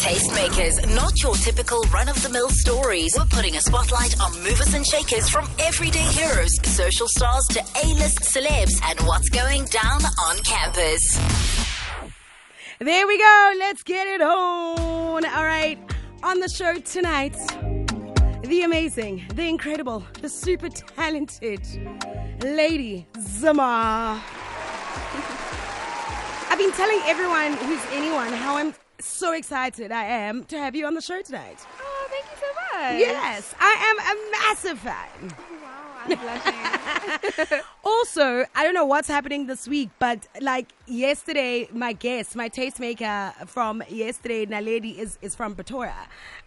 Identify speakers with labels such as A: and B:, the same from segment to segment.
A: Tastemakers, not your typical run of the mill stories. We're putting a spotlight on movers and shakers from everyday heroes, social stars to A list celebs, and what's going down on campus.
B: There we go. Let's get it on. All right. On the show tonight, the amazing, the incredible, the super talented Lady Zuma. I've been telling everyone who's anyone how I'm so excited I am to have you on the show tonight.
C: Oh, thank you so much.
B: Yes, I am a massive fan.
C: Wow, I'm blushing.
B: Also, I don't know what's happening this week, but like yesterday, my guest, my tastemaker from yesterday, Naledi, is, is from Pretoria.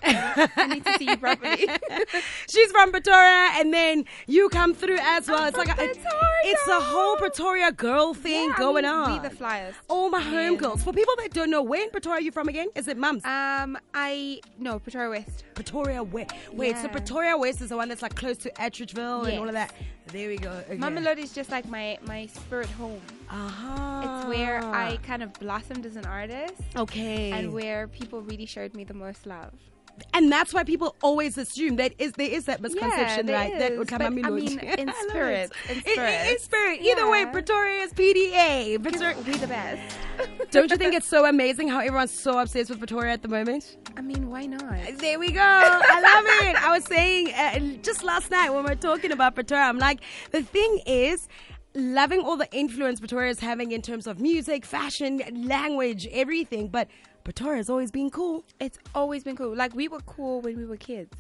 C: I need to see you properly.
B: She's from Pretoria, and then you come through as well. it's
C: from
B: like a,
C: Pretoria.
B: it's a whole Pretoria girl thing
C: Yeah, I
B: going
C: mean,
B: on.
C: we the flyers.
B: All my homegirls. For people that don't know, where in Pretoria are you from again? Is it Mums?
C: um, I no Pretoria West.
B: Pretoria West. Wait, so
C: yeah.
B: Pretoria West is the one that's like close to Attridgeville and all of
C: Yes.
B: that. There we go. Okay.
C: Mamelodi is just like my my spirit home.
B: Uh-huh.
C: It's where I kind of blossomed as an artist,
B: Okay.
C: and where people really showed me the most love.
B: And that's why people always assume that is there is that misconception,
C: there
B: right? That
C: is,
B: Ukhama
C: but I
B: Miloji.
C: mean, in
B: I love it.
C: spirit, in
B: In- in- in
C: spirit.
B: spirit. Either way,
C: Yeah.
B: Pretoria is PDA. Pretoria-
C: We the best.
B: Don't you think it's so amazing how everyone's so obsessed with Pretoria at the moment?
C: I mean, why not?
B: There we go. I love it. I was saying uh, just last night when we were talking about Pretoria, I'm like, the thing is. Loving all the influence Pretoria is having in terms of music, fashion, language, everything, but Pretoria's always been cool.
C: It's always been cool. Like we were cool when we were kids.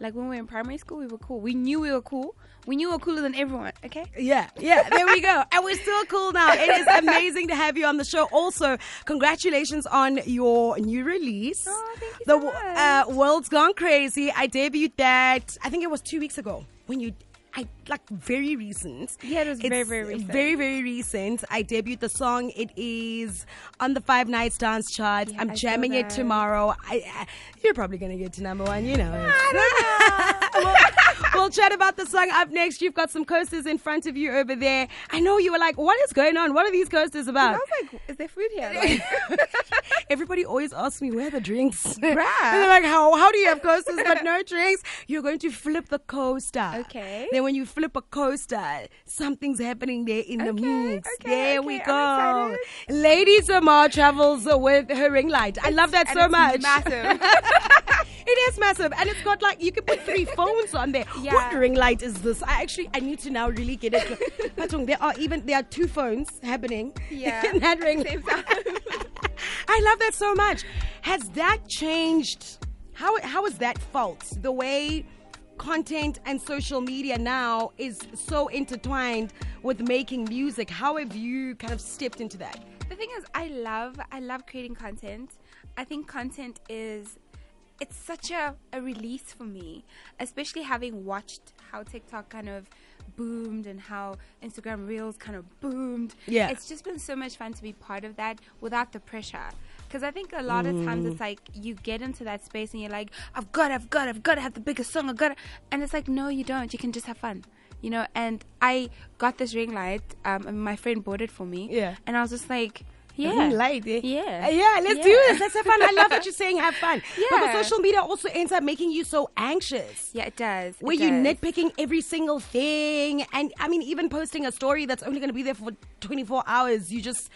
C: Like when we were in primary school, we were cool. We knew we were cool. We knew we were cooler than everyone. Okay.
B: Yeah, yeah, there we go. And we're still cool now. It is amazing to have you on the show. Also, congratulations on your new release.
C: Oh, thank you
B: The
C: so
B: wo-
C: much.
B: Uh, World's Gone Crazy. I debuted that, I think it was two weeks ago when you. I, like very recent.
C: Yeah, it was very, very recent.
B: Very, very recent. I debuted the song. It is on the Five Nights Dance chart.
C: Yeah,
B: I'm
C: I saw
B: jamming it
C: that.
B: tomorrow. I, I, you're probably going to get to number one, you know. We'll chat about the song up next. You've got some coasters in front of you over there. I know you were like, what is going on? What are these coasters
C: I
B: about?
C: was like, is there food here? Like,
B: Everybody always asks me, where are the drinks? And
C: Bruh.
B: they're like, how, how do you have coasters but no drinks? You're going to flip the coaster.
C: Okay.
B: Then when you flip a coaster, something's happening there in the
C: Okay,
B: mix.
C: okay,
B: there
C: okay,
B: we
C: I'm
B: go.
C: excited.
B: Lady Zamar travels with her ring light. I love that
C: and
B: so
C: it's
B: much.
C: Massive.
B: It is massive, and it's got like you can put three phones on there.
C: Yeah.
B: What ring light is this? I actually I need to now really get it. clo- Patong, there are even there are two phones happening.
C: Yeah,
B: in that ring.
C: same time.
B: I love that so much. Has that changed? How how is that fault? The way content and social media now is so intertwined with making music. How have you kind of stepped into that?
C: the thing is i love i love creating content i think content is it's such a, a release for me especially having watched how tiktok kind of boomed and how instagram reels kind of boomed
B: Yeah.
C: it's just been so much fun to be part of that without the pressure because i think a lot of times it's
B: Mm.
C: like you get into that space and you're like i've got i've got i've got to have the biggest song i've got to and it's like no you don't you can just have fun you know and i got this ring light um, and my friend bought it for me
B: Yeah.
C: and I was just like, yeah,
B: Yeah. Light, eh?
C: yeah,
B: Yeah, let's
C: Yeah.
B: do this. Let's have fun. I love what you're saying. Have fun. But with
C: Yeah.
B: social media also ends up making you so anxious.
C: Yeah, it does. it
B: Where you
C: does.
B: nitpicking every single thing. And I mean, even posting a story that's only going to be there for 24 hours, you just,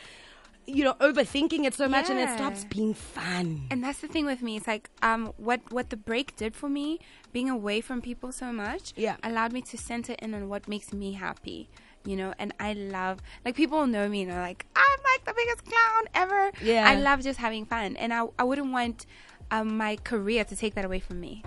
B: you know, overthinking it so much and it
C: Yeah.
B: stops being fun.
C: And that's the thing with me. It's like um, what what the break did for me, being away from people so much,
B: Yeah.
C: allowed me to center in on what makes me happy. You know, and I love like people know me and are like, I'm like the biggest clown ever.
B: Yeah.
C: I love just having fun, and I I wouldn't want um, my career to take that away from me.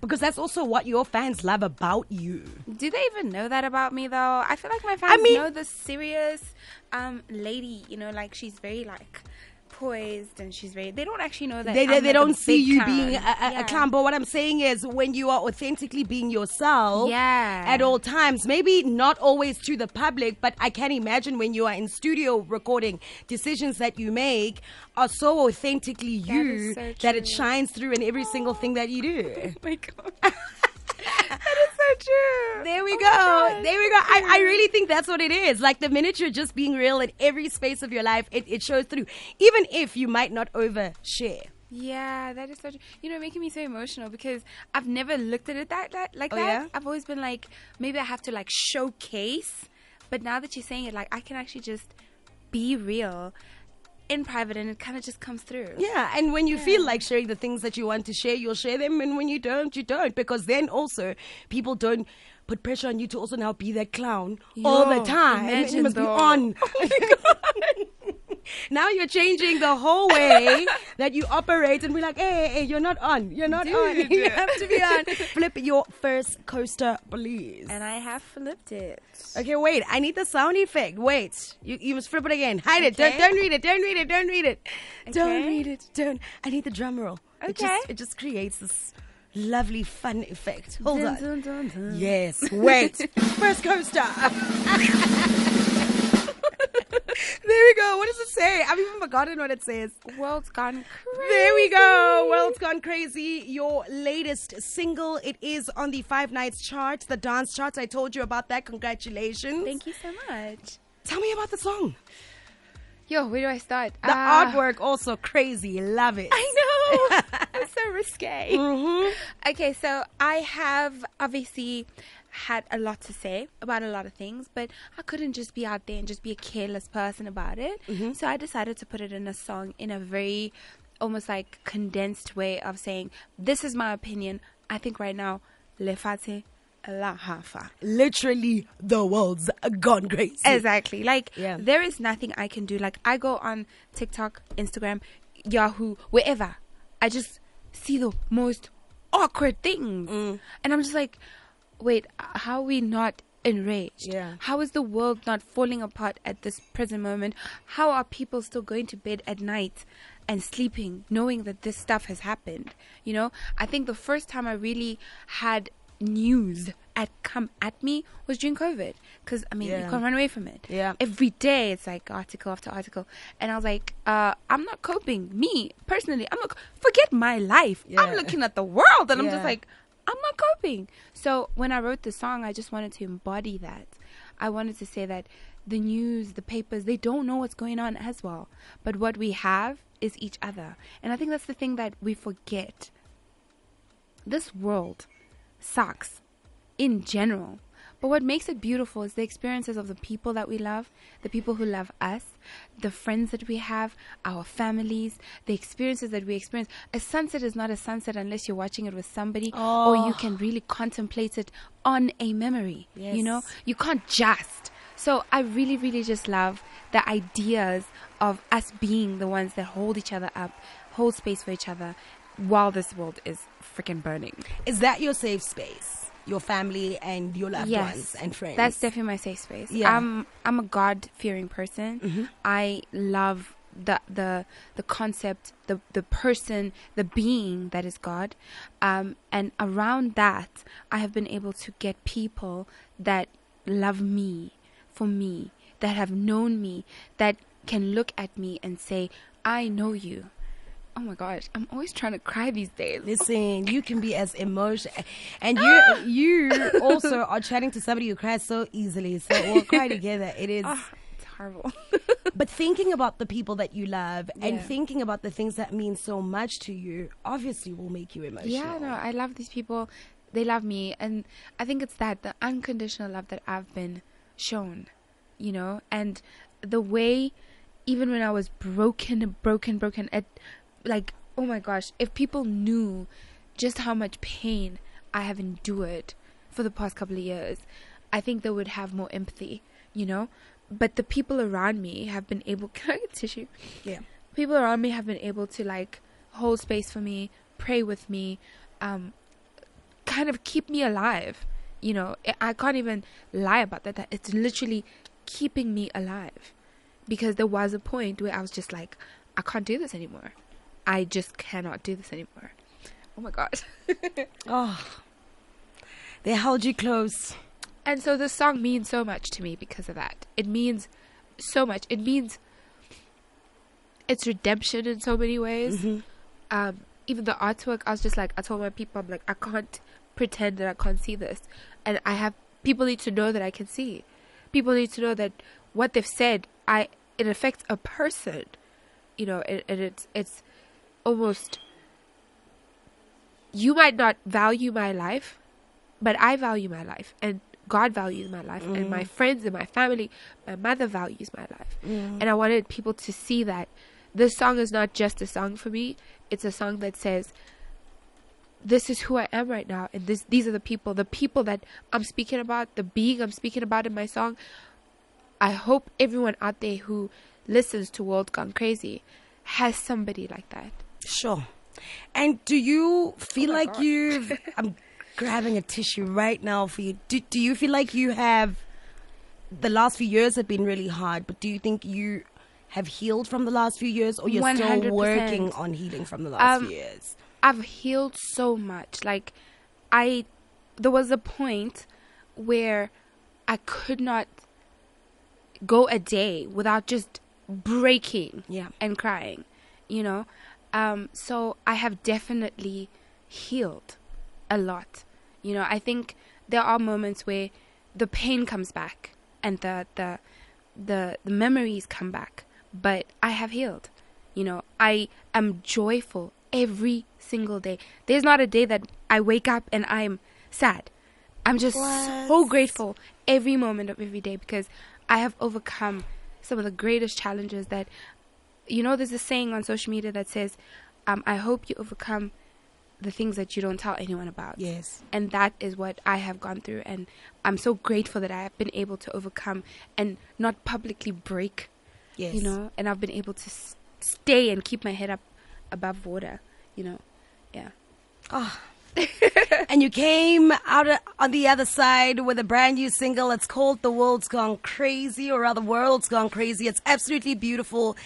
B: Because that's also what your fans love about you.
C: Do they even know that about me though? I feel like my fans
B: mean-
C: know the serious um, lady. You know, like she's very like poised and she's very. They don't actually know that.
B: They,
C: I'm,
B: they, they
C: like, a
B: don't see
C: big
B: you
C: clown.
B: being a, a, a
C: Yeah.
B: clown. But what I'm saying is, when you are authentically being yourself
C: Yeah.
B: at all times, maybe not always to the public, but I can imagine when you are in studio recording, decisions that you make are so authentically you
C: is so
B: that it
C: true.
B: shines through in every single thing that you do.
C: Oh my god. that is so true.
B: There we
C: Oh my
B: go.
C: God.
B: There we go. I, I really think that's what it is. Like the minute you're just being real in every space of your life, it, it shows through. Even if you might not overshare.
C: Yeah, that is so. True. You know, making me so emotional because I've never looked at it that, that like
B: Oh,
C: that.
B: yeah?
C: I've always been like, maybe I have to like showcase, but now that you're saying it, like I can actually just be real in private, and it kind of just comes through.
B: Yeah, and when you feel like sharing the things that you want to share, you'll share them, and when you don't, you don't, because then also people don't put pressure on you to also now be that clown all
C: Yo,
B: the time.
C: imagine
B: you must be
C: though. Oh
B: on. now you're changing the whole way that you operate, and we're like, hey, hey, hey, you're not on, you're not on, you
C: Dude.
B: have to be on. Flip your first coaster, please.
C: And I have flipped it.
B: Okay, wait. I need the sound effect. Wait. You, you must flip it again. Hide it. Don't,
C: Okay.
B: don't read it. Don't read it. Don't read it. Don't
C: Okay.
B: read it. Don't. I need the drum roll. It just,
C: Okay.
B: it just creates this lovely fun effect. Hold
C: Dun,
B: on.
C: dun, dun, dun.
B: Yes. Wait. First coaster. there we go. What does it say? I've even forgotten what it says.
C: World's gone crazy.
B: There we go. World's Gone Crazy, your latest single. It is on the Five Nights chart, the dance chart. I told you about that. Congratulations.
C: Thank you so much.
B: Tell me about the song.
C: Yo, where do I start?
B: The
C: Ah,
B: artwork also crazy. Love it.
C: I know. it's so risque.
B: Mm-hmm.
C: Okay, so I have obviously had a lot to say about a lot of things, but I couldn't just be out there and just be a careless person about it. So I decided to put it in a song in a very almost like condensed way of saying, This is my opinion. I think right now, Lefate La Hafa.
B: Literally, the world's gone crazy.
C: Exactly. Like
B: Yeah.
C: there is nothing I can do. Like I go on TikTok, Instagram, Yahoo, wherever. I just see the most awkward things,
B: Mm.
C: and I'm just like, wait, how are we not enraged?
B: Yeah.
C: How is the world not falling apart at this present moment? How are people still going to bed at night and sleeping knowing that this stuff has happened? You know, I think the first time I really had news at come at me was during COVID because I mean
B: Yeah.
C: you can't run away from it.
B: Mm. Yeah.
C: Every day it's like article after article, and I was like, uh, I'm not coping. Me personally, I'm not. co- Forget my life.
B: Yeah.
C: I'm looking at the world, and I'm
B: Yeah.
C: just like, I'm not coping. So when I wrote the song, I just wanted to embody that. I wanted to say that the news, the papers, they don't know what's going on as well. But what we have is each other. And I think that's the thing that we forget. This world sucks in general. But what makes it beautiful is the experiences of the people that we love, the people who love us, the friends that we have, our families, the experiences that we experience. A sunset is not a sunset unless you're watching it with somebody or you can really contemplate it on a memory. You know,
B: Yes.
C: you can't just. So I really, really just love the ideas of us being the ones that hold each other up, hold space for each other while this world is freaking burning.
B: Is that your safe space? Your family and your loved ones and friends.
C: That's definitely my safe space.
B: Yeah. Mm-hmm.
C: I'm I'm a God fearing person. I love the the the concept, the the person, the being that is God. Um, and around that I have been able to get people that love me for me, that have known me, that can look at me and say, I know you. Oh my gosh, I'm always trying to cry these days.
B: Listen, you can be as emotional, and you you also are chatting to somebody who cries so easily. So we'll cry together. It is.
C: Ah, it's horrible.
B: But thinking about the people that you love and
C: Yeah.
B: thinking about the things that mean so much to you obviously will make you emotional.
C: Yeah, no, I love these people. They love me, and I think it's that the unconditional love that I've been shown, you know, and the way, even when I was broken, broken, broken, at like, oh my gosh, if people knew just how much pain I have endured for the past couple of years, I think they would have more empathy, you know. But the people around me have been able. Can I get tissue?
B: Yeah.
C: people around me have been able to like hold space for me, pray with me, um, kind of keep me alive. You know, I- I can't even lie about that. that It's literally keeping me alive because there was a point where I was just like, I can't do this anymore. I just cannot do this anymore. Oh my god.
B: Oh. They held you close.
C: And so this song means so much to me because of that. It means so much. It means it's redemption in so many ways. Um, even the artwork, I was just like, I told my people, I'm like, I can't pretend that I can't see this. And I have people need to know that I can see. People need to know that what they've said, I it affects a person. You know, it, and it's it's almost you might not value my life, but I value my life and God values my life and my friends and my family, my mother values my life. And I wanted people to see that this song is not just a song for me, it's a song that says this is who I am right now and this these are the people, the people that I'm speaking about, the being I'm speaking about in my song. I hope everyone out there who listens to World Gone Crazy has somebody like that.
B: Sure. And do you feel
C: Oh my
B: like
C: God.
B: you've? I'm grabbing a tissue right now for you. Do, do you feel like you have? The last few years have been really hard, but do you think you have healed from the last few years, or you're still
C: 100%.
B: working on healing from the last
C: Um,
B: few years?
C: I've healed so much. Like, I, there was a point where I could not go a day without just breaking
B: Yeah.
C: and crying, you know? Um, so I have definitely healed a lot. You know, I think there are moments where the pain comes back and the, the, the, the memories come back, but I have healed. You know, I am joyful every single day. There's not a day that I wake up and I'm sad. I'm just so
B: What?
C: grateful every moment of every day because I have overcome some of the greatest challenges that you know there's a saying on social media that says um, I hope you overcome the things that you don't tell anyone about.
B: Yes.
C: And that is what I have gone through and I'm so grateful that I have been able to overcome and not publicly break
B: Yes.
C: you know, and I've been able to s- stay and keep my head up above water, you know. Yeah.
B: and you came out o- on the other side with a brand new single. It's called The World's Gone Crazy, or rather, World's Gone Crazy. It's absolutely beautiful.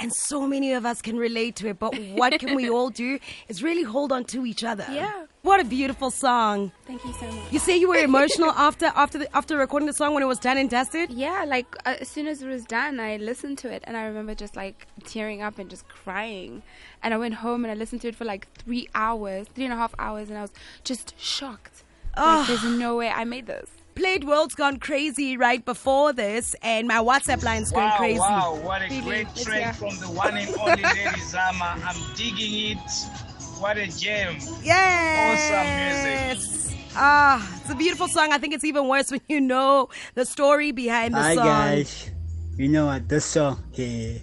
B: And so many of us can relate to it, but what can we all do is really hold on to each other.
C: Yeah.
B: What a beautiful song.
C: Thank you so much.
B: You say you were emotional after after the, after recording the song when it was done and dusted?
C: Yeah, like uh, as soon as it was done, I listened to it and I remember just like tearing up and just crying. And I went home and I listened to it for like three hours, three and a half hours, and I was just shocked. Like, there's no way I made this.
B: Played World's Gone Crazy right before this, and my WhatsApp line's gone
D: wow,
B: crazy.
D: Wow, what a
C: Really,
D: great
C: it's
D: track
C: yeah.
D: from the one and only Lady Zama. I'm digging it. What a gem.
B: Yes. Ah, it's a beautiful song. I think it's even worse when you know the story behind the
E: Hi
B: song.
E: guys, you know what? This song, yeah.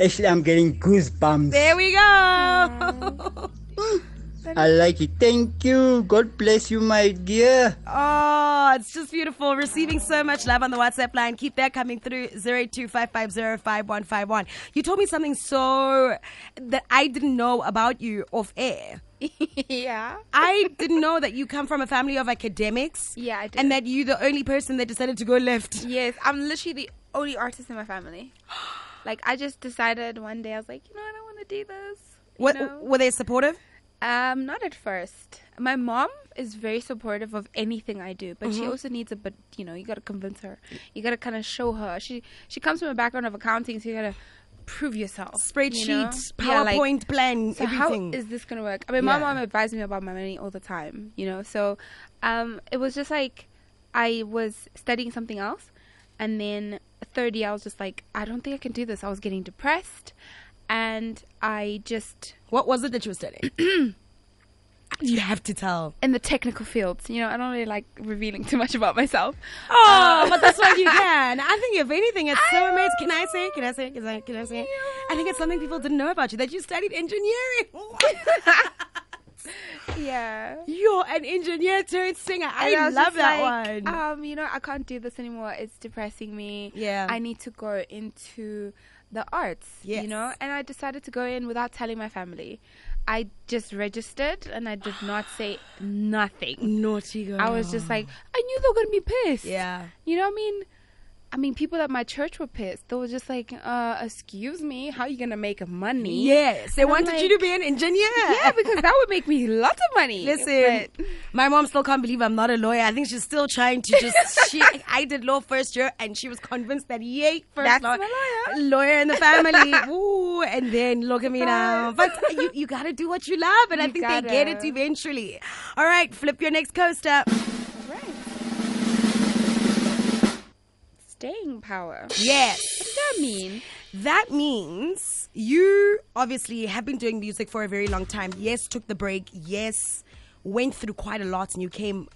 E: Actually, I'm getting goosebumps.
B: There we go.
E: I like it. Thank you. God bless you, my dear.
B: Oh, it's just beautiful. Receiving so much love on the WhatsApp line. Keep that coming through 0255505151. You told me something so that I didn't know about you off air.
C: yeah.
B: I didn't know that you come from a family of academics.
C: Yeah, I did.
B: And that you the only person that decided to go left.
C: Yes, I'm literally the only artist in my family. Like I just decided one day I was like, you know, I don't want to do this. you
B: What
C: know?
B: were they supportive?
C: Um, not at first. My mom is very supportive of anything I do, but she
B: Mm-hmm.
C: also needs a bit. You know, you gotta convince her. You gotta kind of show her. She she comes from a background of accounting, so you gotta prove yourself.
B: Spreadsheets,
C: you know? Yeah, like,
B: PowerPoint plan,
C: so
B: everything.
C: how is this gonna work? I mean, my
B: Yeah.
C: mom advised me about my money all the time, you know. So, um, it was just like I was studying something else, and then third year I was just like, I don't think I can do this. I was getting depressed, and I just
B: What was it that you were studying? you have to tell.
C: in the technical fields. You know, I don't really like revealing too much about myself.
B: Oh, but that's what you can. I think if anything, it's so amazing. Can I say? Can I say? Can I? Can I say? I think it's something people didn't know about you that you studied engineering.
C: Yeah.
B: You're an engineer turned singer. I,
C: And was
B: love
C: just
B: that
C: like,
B: one.
C: Um, you know, I can't do this anymore. It's depressing me.
B: Yeah.
C: I need to go into the arts.
B: Yes.
C: You know, and I decided to go in without telling my family. I just registered and I did not say nothing.
B: Naughty girl.
C: I was just like, I knew they were gonna be pissed.
B: Yeah.
C: You know, what I mean, I mean, people at my church were pissed. They were just like, uh, "Excuse me, how you gonna make money?"
B: Yes, they
C: And I'm
B: wanted you to
C: like-
B: be an engineer.
C: Yeah, because that would make me lots of money.
B: Listen,
C: But-
B: my mom still can't believe I'm not a lawyer. I think she's still trying to just. she, I did law first year, and she was convinced that yay, first
C: That's
B: law,
C: my lawyer.
B: lawyer in the family. Ooh, and then look at me now. But you, you gotta do what you love, and I
C: You
B: think they get it
C: gotta.
B: eventually. All right, flip your next coaster.
C: Right. Staying power.
B: Yes.
C: What does that mean?
B: That means you obviously have been doing music for a very long time. Yes, took the break. Yes, went through quite a lot and you came,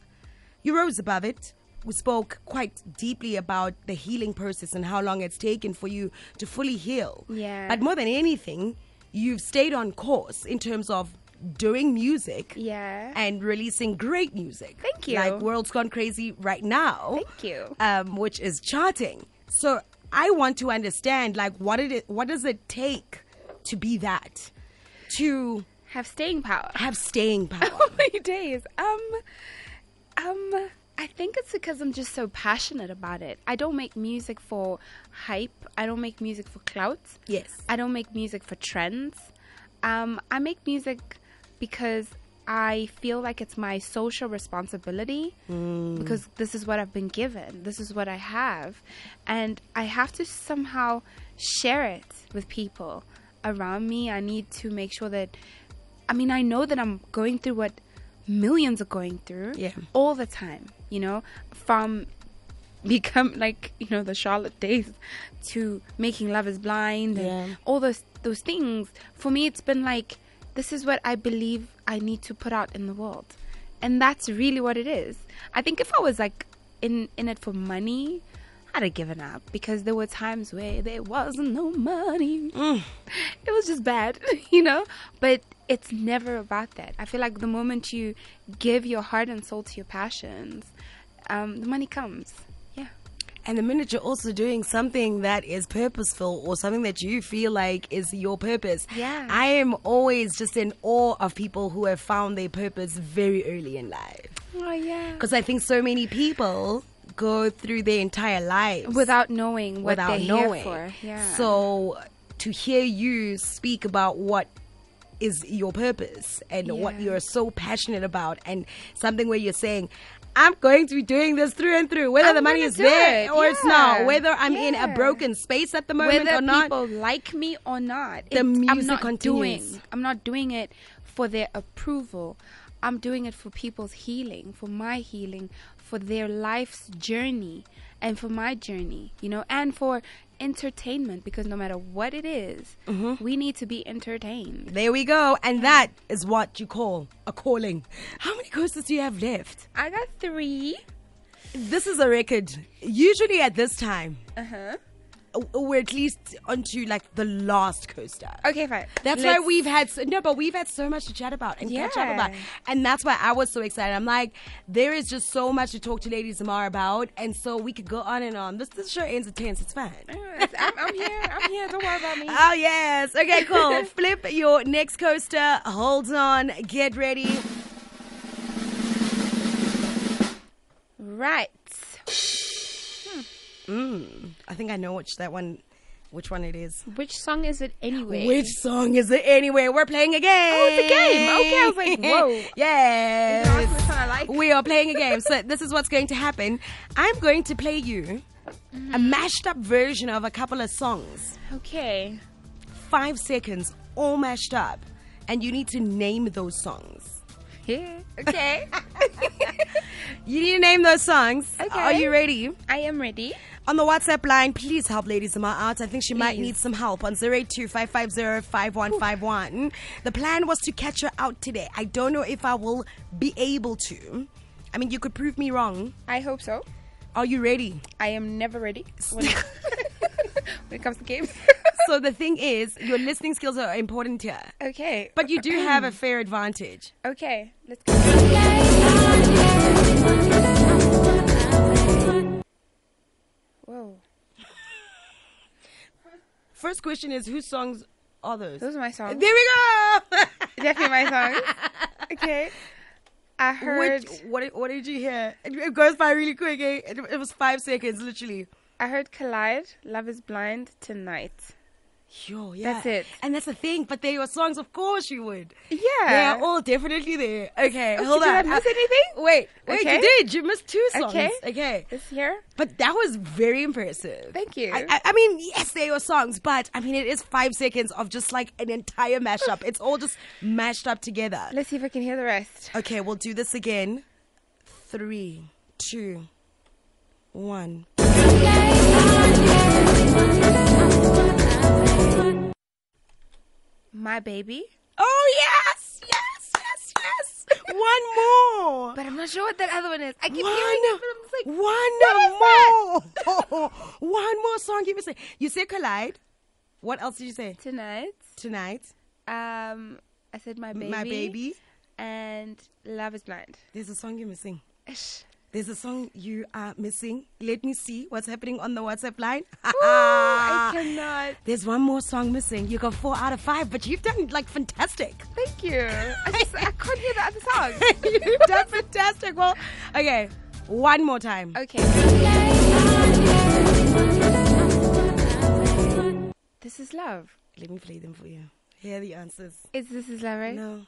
B: you rose above it. We spoke quite deeply about the healing process and how long it's taken for you to fully heal.
C: Yeah.
B: But more than anything, you've stayed on course in terms of doing music
C: Yeah.
B: and releasing great music.
C: Thank you.
B: Like World's Gone Crazy right now.
C: Thank you.
B: Um, which is charting. So I want to understand like what it i- what does it take to be that? To
C: Have staying power.
B: have staying power.
C: Oh my days. Um, um, I think it's because I'm just so passionate about it. I don't make music for hype. I don't make music for clout.
B: Yes.
C: I don't make music for trends. Um, I make music because I feel like it's my social responsibility because this is what I've been given. This is what I have, and I have to somehow share it with people around me. I need to make sure that I mean, I know that I'm going through what millions are going through
B: Yeah.
C: all the time, you know, from become like, you know, the Charlotte days to making Love is Blind and
B: Yeah.
C: all those those things. For me it's been like this is what I believe I need to put out in the world. And that's really what it is. I think if I was like in in it for money, I'd have given up because there were times where there wasn't no money it was just bad, you know? But it's never about that. I feel like the moment you give your heart and soul to your passions, um, the money comes. Yeah.
B: And the minute you're also doing something that is purposeful or something that you feel like is your purpose.
C: Yeah.
B: I am always just in awe of people who have found their purpose very early in life.
C: Oh, yeah.
B: Because I think so many people go through their entire lives
C: Without knowing what
B: without
C: they're
B: knowing.
C: here for. Yeah.
B: So to hear you speak about what is your purpose and what
C: Yeah.
B: you're so passionate about and something where you're saying I'm going to be doing this through and through, whether
C: I'm
B: the money
C: gonna
B: is
C: do
B: there
C: it,
B: or it's not,
C: yeah,
B: whether I'm in a
C: yeah.
B: broken space at the moment
C: whether
B: or not.
C: people like me or not,
B: The
C: it-
B: music
C: I'm not
B: continues.
C: doing. I'm not doing it for their approval. I'm doing it for people's healing, for my healing, for their life's journey, and for my journey, you know, and for entertainment. Because no matter what it is, we need to be entertained.
B: there we go. And that is what you call a calling. How many coasters do you have left?
C: I got three.
B: This is a record. Usually at this time,
C: Uh-huh.
B: w- we're at least onto like the last coaster.
C: Okay, fine.
B: That's why
C: Let's-
B: we've had so, no, but we've had so much to chat about and catch up
C: Yeah.
B: about, and that's why I was so excited. I'm like, there is just so much to talk to Lady Zamar about, and so we could go on and on. This this show ends at ten, so it's fine.
C: I'm, I'm here. I'm here. Don't worry about me.
B: Oh yes, okay, cool. Flip your next coaster. Hold on, get ready.
C: Right.
B: I think I know which that one, which one it is.
F: Which song is it anyway?
B: Which song is it anyway? We're playing a game.
C: Oh, it's a game. Okay, I was like, whoa. Ask me which
B: yes.
C: one I like.
B: We are playing a game. So this is what's going to happen. I'm going to play you a
C: Mm-hmm.
B: mashed up version of a couple of songs.
C: Okay.
B: Five seconds, all mashed up. And you need to name those songs.
C: Yeah. Okay.
B: You need to name those songs.
C: Okay.
B: Are you ready?
C: I am ready.
B: On the WhatsApp line, please help Lady Zuma out. I think she might
C: Please.
B: need some help on 0825505151. The plan was to catch her out today. I don't know if I will be able to. I mean, you could prove me wrong.
C: I hope so.
B: Are you ready?
C: I am never ready when, when it comes to games.
B: so the thing is, your listening skills are important here.
C: okay.
B: But you do have a fair advantage.
C: okay, let's go. Whoa.
B: First question is, whose songs are those?
C: Those are my songs.
B: there we go!
C: Definitely my songs. Okay. I heard
B: Which, what, did- what did you hear? It, it goes by really quick, eh? It, it was five seconds, literally.
C: I heard Collide, Love is Blind tonight.
B: Yo, yeah.
C: That's it.
B: And that's the thing, but they were songs, of course you would.
C: Yeah. Oh,
B: They are all definitely there. Okay, hold
C: did
B: on.
C: I miss
B: Uh,
C: anything?
B: Wait, wait,
C: Okay.
B: you did. You missed two songs.
C: Okay.
B: Okay.
C: This year?
B: But that was very impressive.
C: Thank you.
B: I, I, I mean, yes, they were songs, but I mean, it is five seconds of just like an entire mashup. It's all just mashed up together.
C: Let's see if I can hear the rest.
B: Okay, we'll do this again. Three, two, one.
C: My Baby.
B: Oh yes, yes, yes, yes. One more.
C: But I'm not sure what that other one is. I keep
B: One,
C: hearing it, but I'm just
B: one
C: like,
B: more. one more song. Give me say. You say collide. What else did you say
C: Tonight,
B: tonight?
C: um, I said My Baby.
B: My baby.
C: And Love is Blind.
B: There's a song you're missing.
C: Ish.
B: There's a song you are missing. Let me see what's happening on the WhatsApp line.
C: Ooh,
B: Ah.
C: I cannot.
B: There's one more song missing. You got four out of five, but you've done like fantastic.
C: Thank you. I just, I can't hear the other song.
B: you've done fantastic. Well, okay, one more time.
C: Okay. This is love.
B: Let me play them for you. Here are the answers.
C: Is this is love, right?
B: No.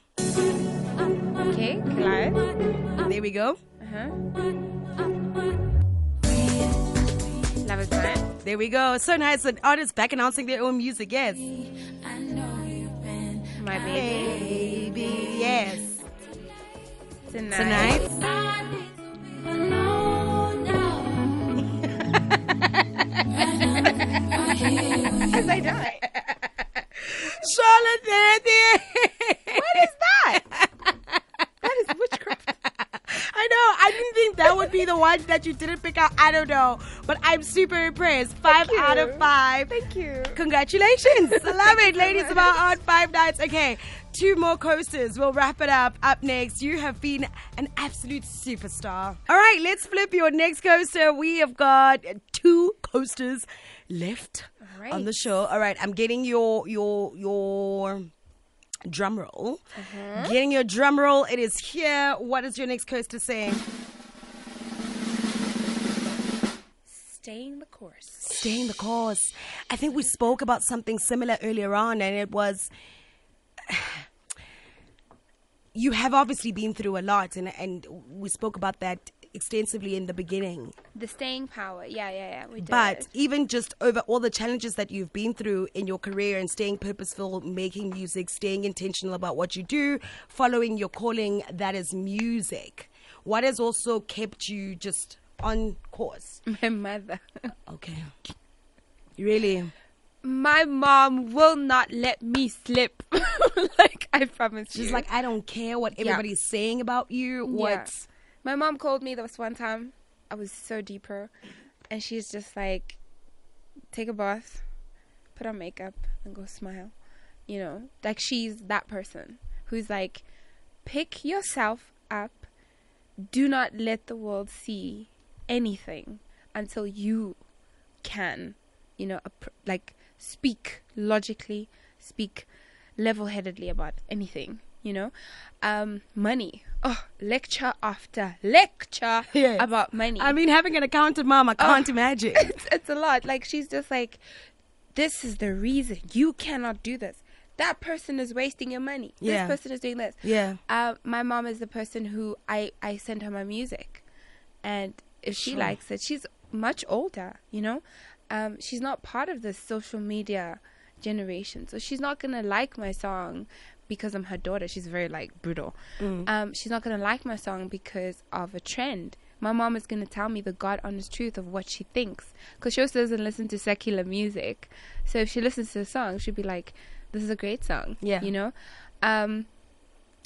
C: Okay, Clyde.
B: There we go.
C: Um, Uh-huh. Love is blind.
B: There we go. So nice. An artist back announcing their own music. Yes.
C: My baby.
B: Baby. Yes.
C: Tonight.
B: Tonight.
C: As I die.
B: Charlotte What is that? that is witchcraft. I know. I didn't think that would be the one that you didn't pick out. I don't know. But I'm super impressed. Five
C: you.
B: out of five.
C: Thank you.
B: Congratulations. I Love it, ladies of our art. Five nights. Okay. Two more coasters. We'll wrap it up. Up next, you have been an absolute superstar. All right, let's flip your next coaster. We have got two coasters left
C: All
B: on the
C: right.
B: show. All right, I'm getting your your your drum roll.
C: Mm-hmm.
B: Getting your drum roll. It is here. What is your next coaster saying?
C: Staying the course.
B: staying the course. I think we spoke about something similar earlier on, and it was you have obviously been through a lot, and and we spoke about that extensively in the beginning.
C: The staying power. Yeah, yeah, yeah. We did.
B: But even just over all the challenges that you've been through in your career and staying purposeful, making music, staying intentional about what you do, following your calling that is music. What has also kept you just on course?
C: my mother.
B: Okay. Really?
C: my mom will not let me slip. like I promise you.
B: She's like, I don't care what everybody's saying about you. What?
C: Yeah. My mom called me this one time. I was so deeper, and she's just like, take a bath, put on makeup, and go smile. You know, like she's that person who's like, pick yourself up. Do not let the world see anything until you can, you know, appr like speak logically, speak level-headedly about anything, you know. Um, money. Oh, lecture after lecture
B: Yes.
C: about money.
B: I mean, having an accountant mom, I
C: Oh.
B: can't imagine.
C: it's, it's a lot. Like she's just like, this is the reason you cannot do this. That person is wasting your money.
B: Yeah.
C: This person is doing this.
B: Yeah.
C: Uh, my mom is the person who I I send her my music, and if she likes it, she's much older. You know, um, she's not part of this social media generation, so she's not gonna like my song because I'm her daughter. She's very like brutal.
B: Mm.
C: Um, she's not gonna like my song because of a trend. My mom is gonna tell me the god honest truth of what she thinks, because she also doesn't listen to secular music. So if she listens to a song, she'd be like, "This is a great song."
B: Yeah.
C: you know. Um,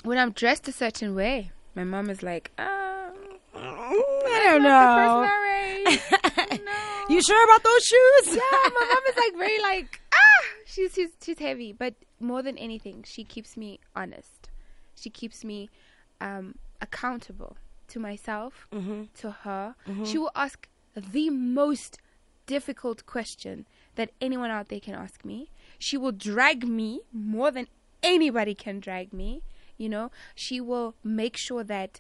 C: when I'm dressed a certain way, my mom is like, um,
B: I don't
C: not
B: know.
C: the personality. no.
B: You sure about those shoes?
C: yeah, my mom is like very like ah, she's she's she's heavy, but more than anything, she keeps me honest. She keeps me um, accountable to myself,
B: Mm-hmm.
C: to her. She will ask the most difficult question that anyone out there can ask me. She will drag me more than anybody can drag me. You know, she will make sure that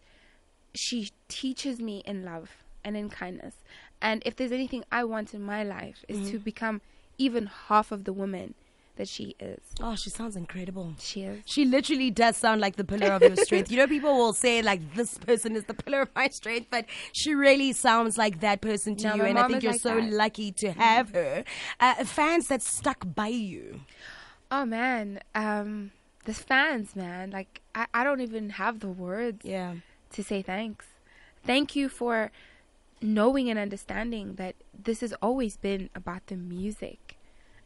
C: she teaches me in love and in kindness. And if there's anything I want in my life is to become even half of the woman that she is.
B: Oh, she sounds incredible.
C: She is.
B: She literally does sound like the pillar of your strength. You know, people will say like, "This person is the pillar of my strength," but she really sounds like that person to
C: No,
B: you.
C: my
B: And I
C: mom
B: think
C: is
B: you're
C: like
B: so
C: that.
B: lucky to have her. Uh, fans that stuck by you.
C: Oh man, um the fans, man. Like I, I don't even have the words
B: Yeah.
C: to say thanks. Thank you for knowing and understanding that this has always been about the music.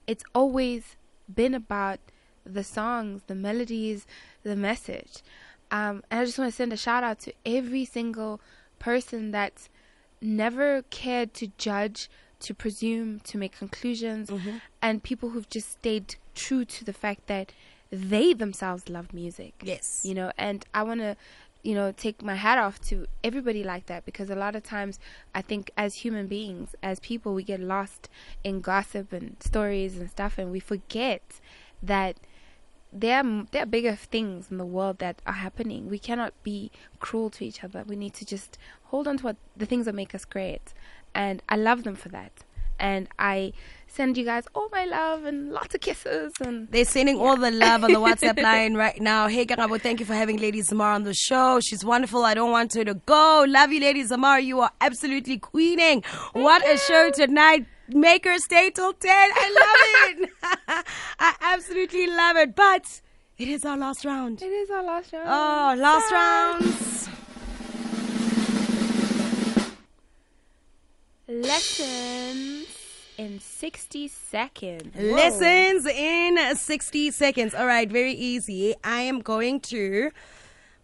C: It's always been about the songs, the melodies, the message. Um, and I just want to send a shout out to every single person that's never cared to judge, to presume, to make conclusions, and people who've just stayed true to the fact that they themselves love music.
B: Yes.
C: You know, and I want to, you know, take my hat off to everybody like that because a lot of times I think as human beings, as people, we get lost in gossip and stories and stuff, and we forget that there are, there are bigger things in the world that are happening. We cannot be cruel to each other. We need to just hold on to what the things that make us great. And I love them for that. And I send you guys all my love and lots of kisses and
B: They're sending all the love on the WhatsApp line right now. Hey, Karabo, thank you for having Lady Zamar on the show. She's wonderful. I don't want her to go. Love you, Lady Zamar. You are absolutely queening. what a show tonight. Make her stay till 10. I love it. I absolutely love it. But it is our last round.
C: it is our last round.
B: Oh, last rounds.
C: Lessons in 60 seconds.
B: Lessons in 60 seconds. All right, very easy. I am going to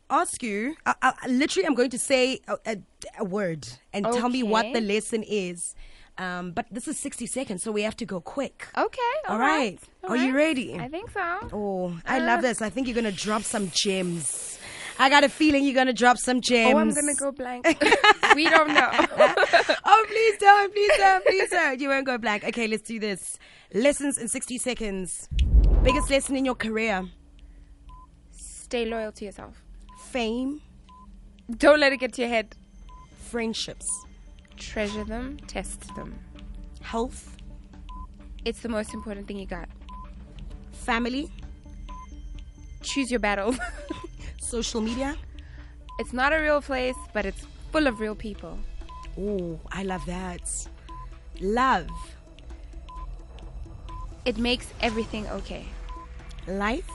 B: ask you, I, I, I literally, I'm going to say a, a, a word and tell me what
C: Okay.
B: the lesson is. Um, but this is 60 seconds, so we have to go quick.
C: Okay.
B: All
C: all
B: right.
C: right.
B: Are you ready?
C: I think so.
B: Oh, I
C: Uh.
B: love this. I think you're going to drop some gems. I got a feeling you're going to drop some gems.
C: Oh, I'm going to go blank. we don't know.
B: oh, please don't, please don't, please don't. You won't go blank. Okay, let's do this. Lessons in 60 seconds. Biggest lesson in your career?
C: Stay loyal to yourself.
B: Fame,
C: Don't let it get to your head.
B: friendships,
C: Treasure them, test them.
B: health,
C: It's the most important thing you got.
B: family,
C: Choose your battles.
B: social media.
C: it's not a real place, but it's full of real people.
B: Oh, I love that. Love,
C: It makes everything okay.
B: life,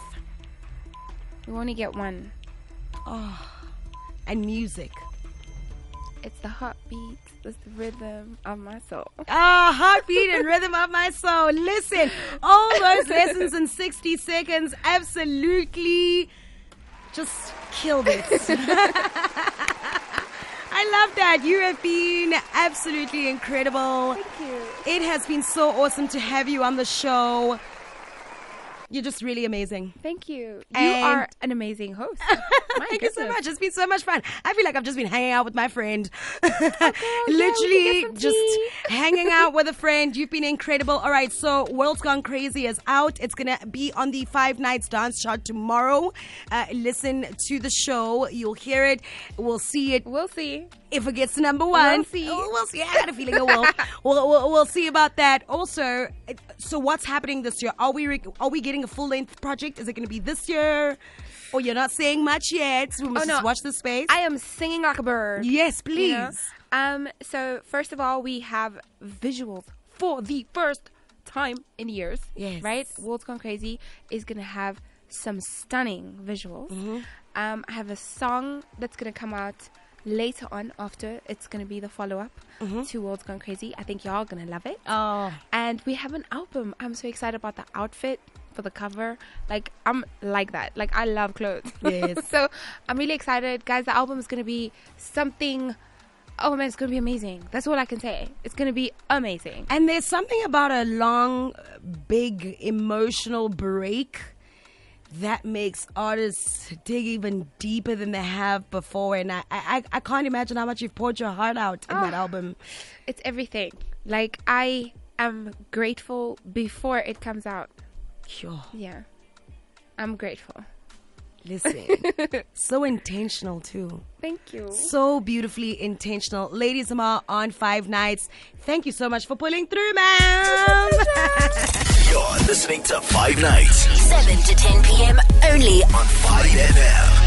C: You only get one.
B: and music.
C: It's the heartbeat, it's the rhythm of my soul.
B: Ah, heartbeat and rhythm of my soul. Listen, all those lessons in 60 seconds absolutely just killed it. I love that. You have been absolutely incredible. It has been so awesome to have you on the show. You're just really amazing.
C: Thank you.
B: And-
C: you are an amazing host. My
B: Thank you so
C: goodness.
B: much. It's been so much fun. I feel like I've just been hanging out with my friend.
C: Oh, we can
B: Literally
C: get some
B: just
C: tea.
B: hanging out with a friend. You've been incredible. All right, so World's Gone Crazy is out. It's going to be on the Five Nights Dance Chart tomorrow. Uh, listen to the show. You'll hear it. We'll see it
C: We'll see.
B: if it gets to number one.
C: We'll see.
B: Oh, we'll see. I got a feeling it will. we'll, we'll, we'll see about that. Also, it- so what's happening this year? Are we re- are we getting a full length project? Is it going to be this year? Or you're not saying much yet. We must
C: Oh, no.
B: just watch the space.
C: I am singing like a bird.
B: yes, please.
C: you know? Um, so first of all, we have visuals for the first time in years.
B: Yes.
C: Right? World's Gone Crazy is gonna have some stunning visuals.
B: Mm-hmm.
C: Um, I have a song that's gonna come out later on after it's gonna be the follow up to World's Gone Crazy. I think y'all gonna love it.
B: Mm-hmm. Oh,
C: and we have an album. I'm so excited about the outfit for the cover. Like I'm like that. Like I love clothes.
B: Yes.
C: so I'm really excited, guys. The album is gonna be something. Oh man, it's gonna be amazing. That's all I can say. It's gonna be amazing.
B: and there's something about a long, big emotional break that makes artists dig even deeper than they have before. And I, I, I can't imagine how much you've poured your heart out in that
C: Ah.
B: album.
C: It's everything. Like I am grateful before it comes out.
B: Sure.
C: Yeah, I'm grateful.
B: Listen, so intentional too.
C: Thank you.
B: So beautifully intentional. Ladies Amar on Five Nights. Thank you so much for pulling through, ma'am.
F: You're listening to Five Nights,
A: 7 to 10 p.m. only
F: Five FM.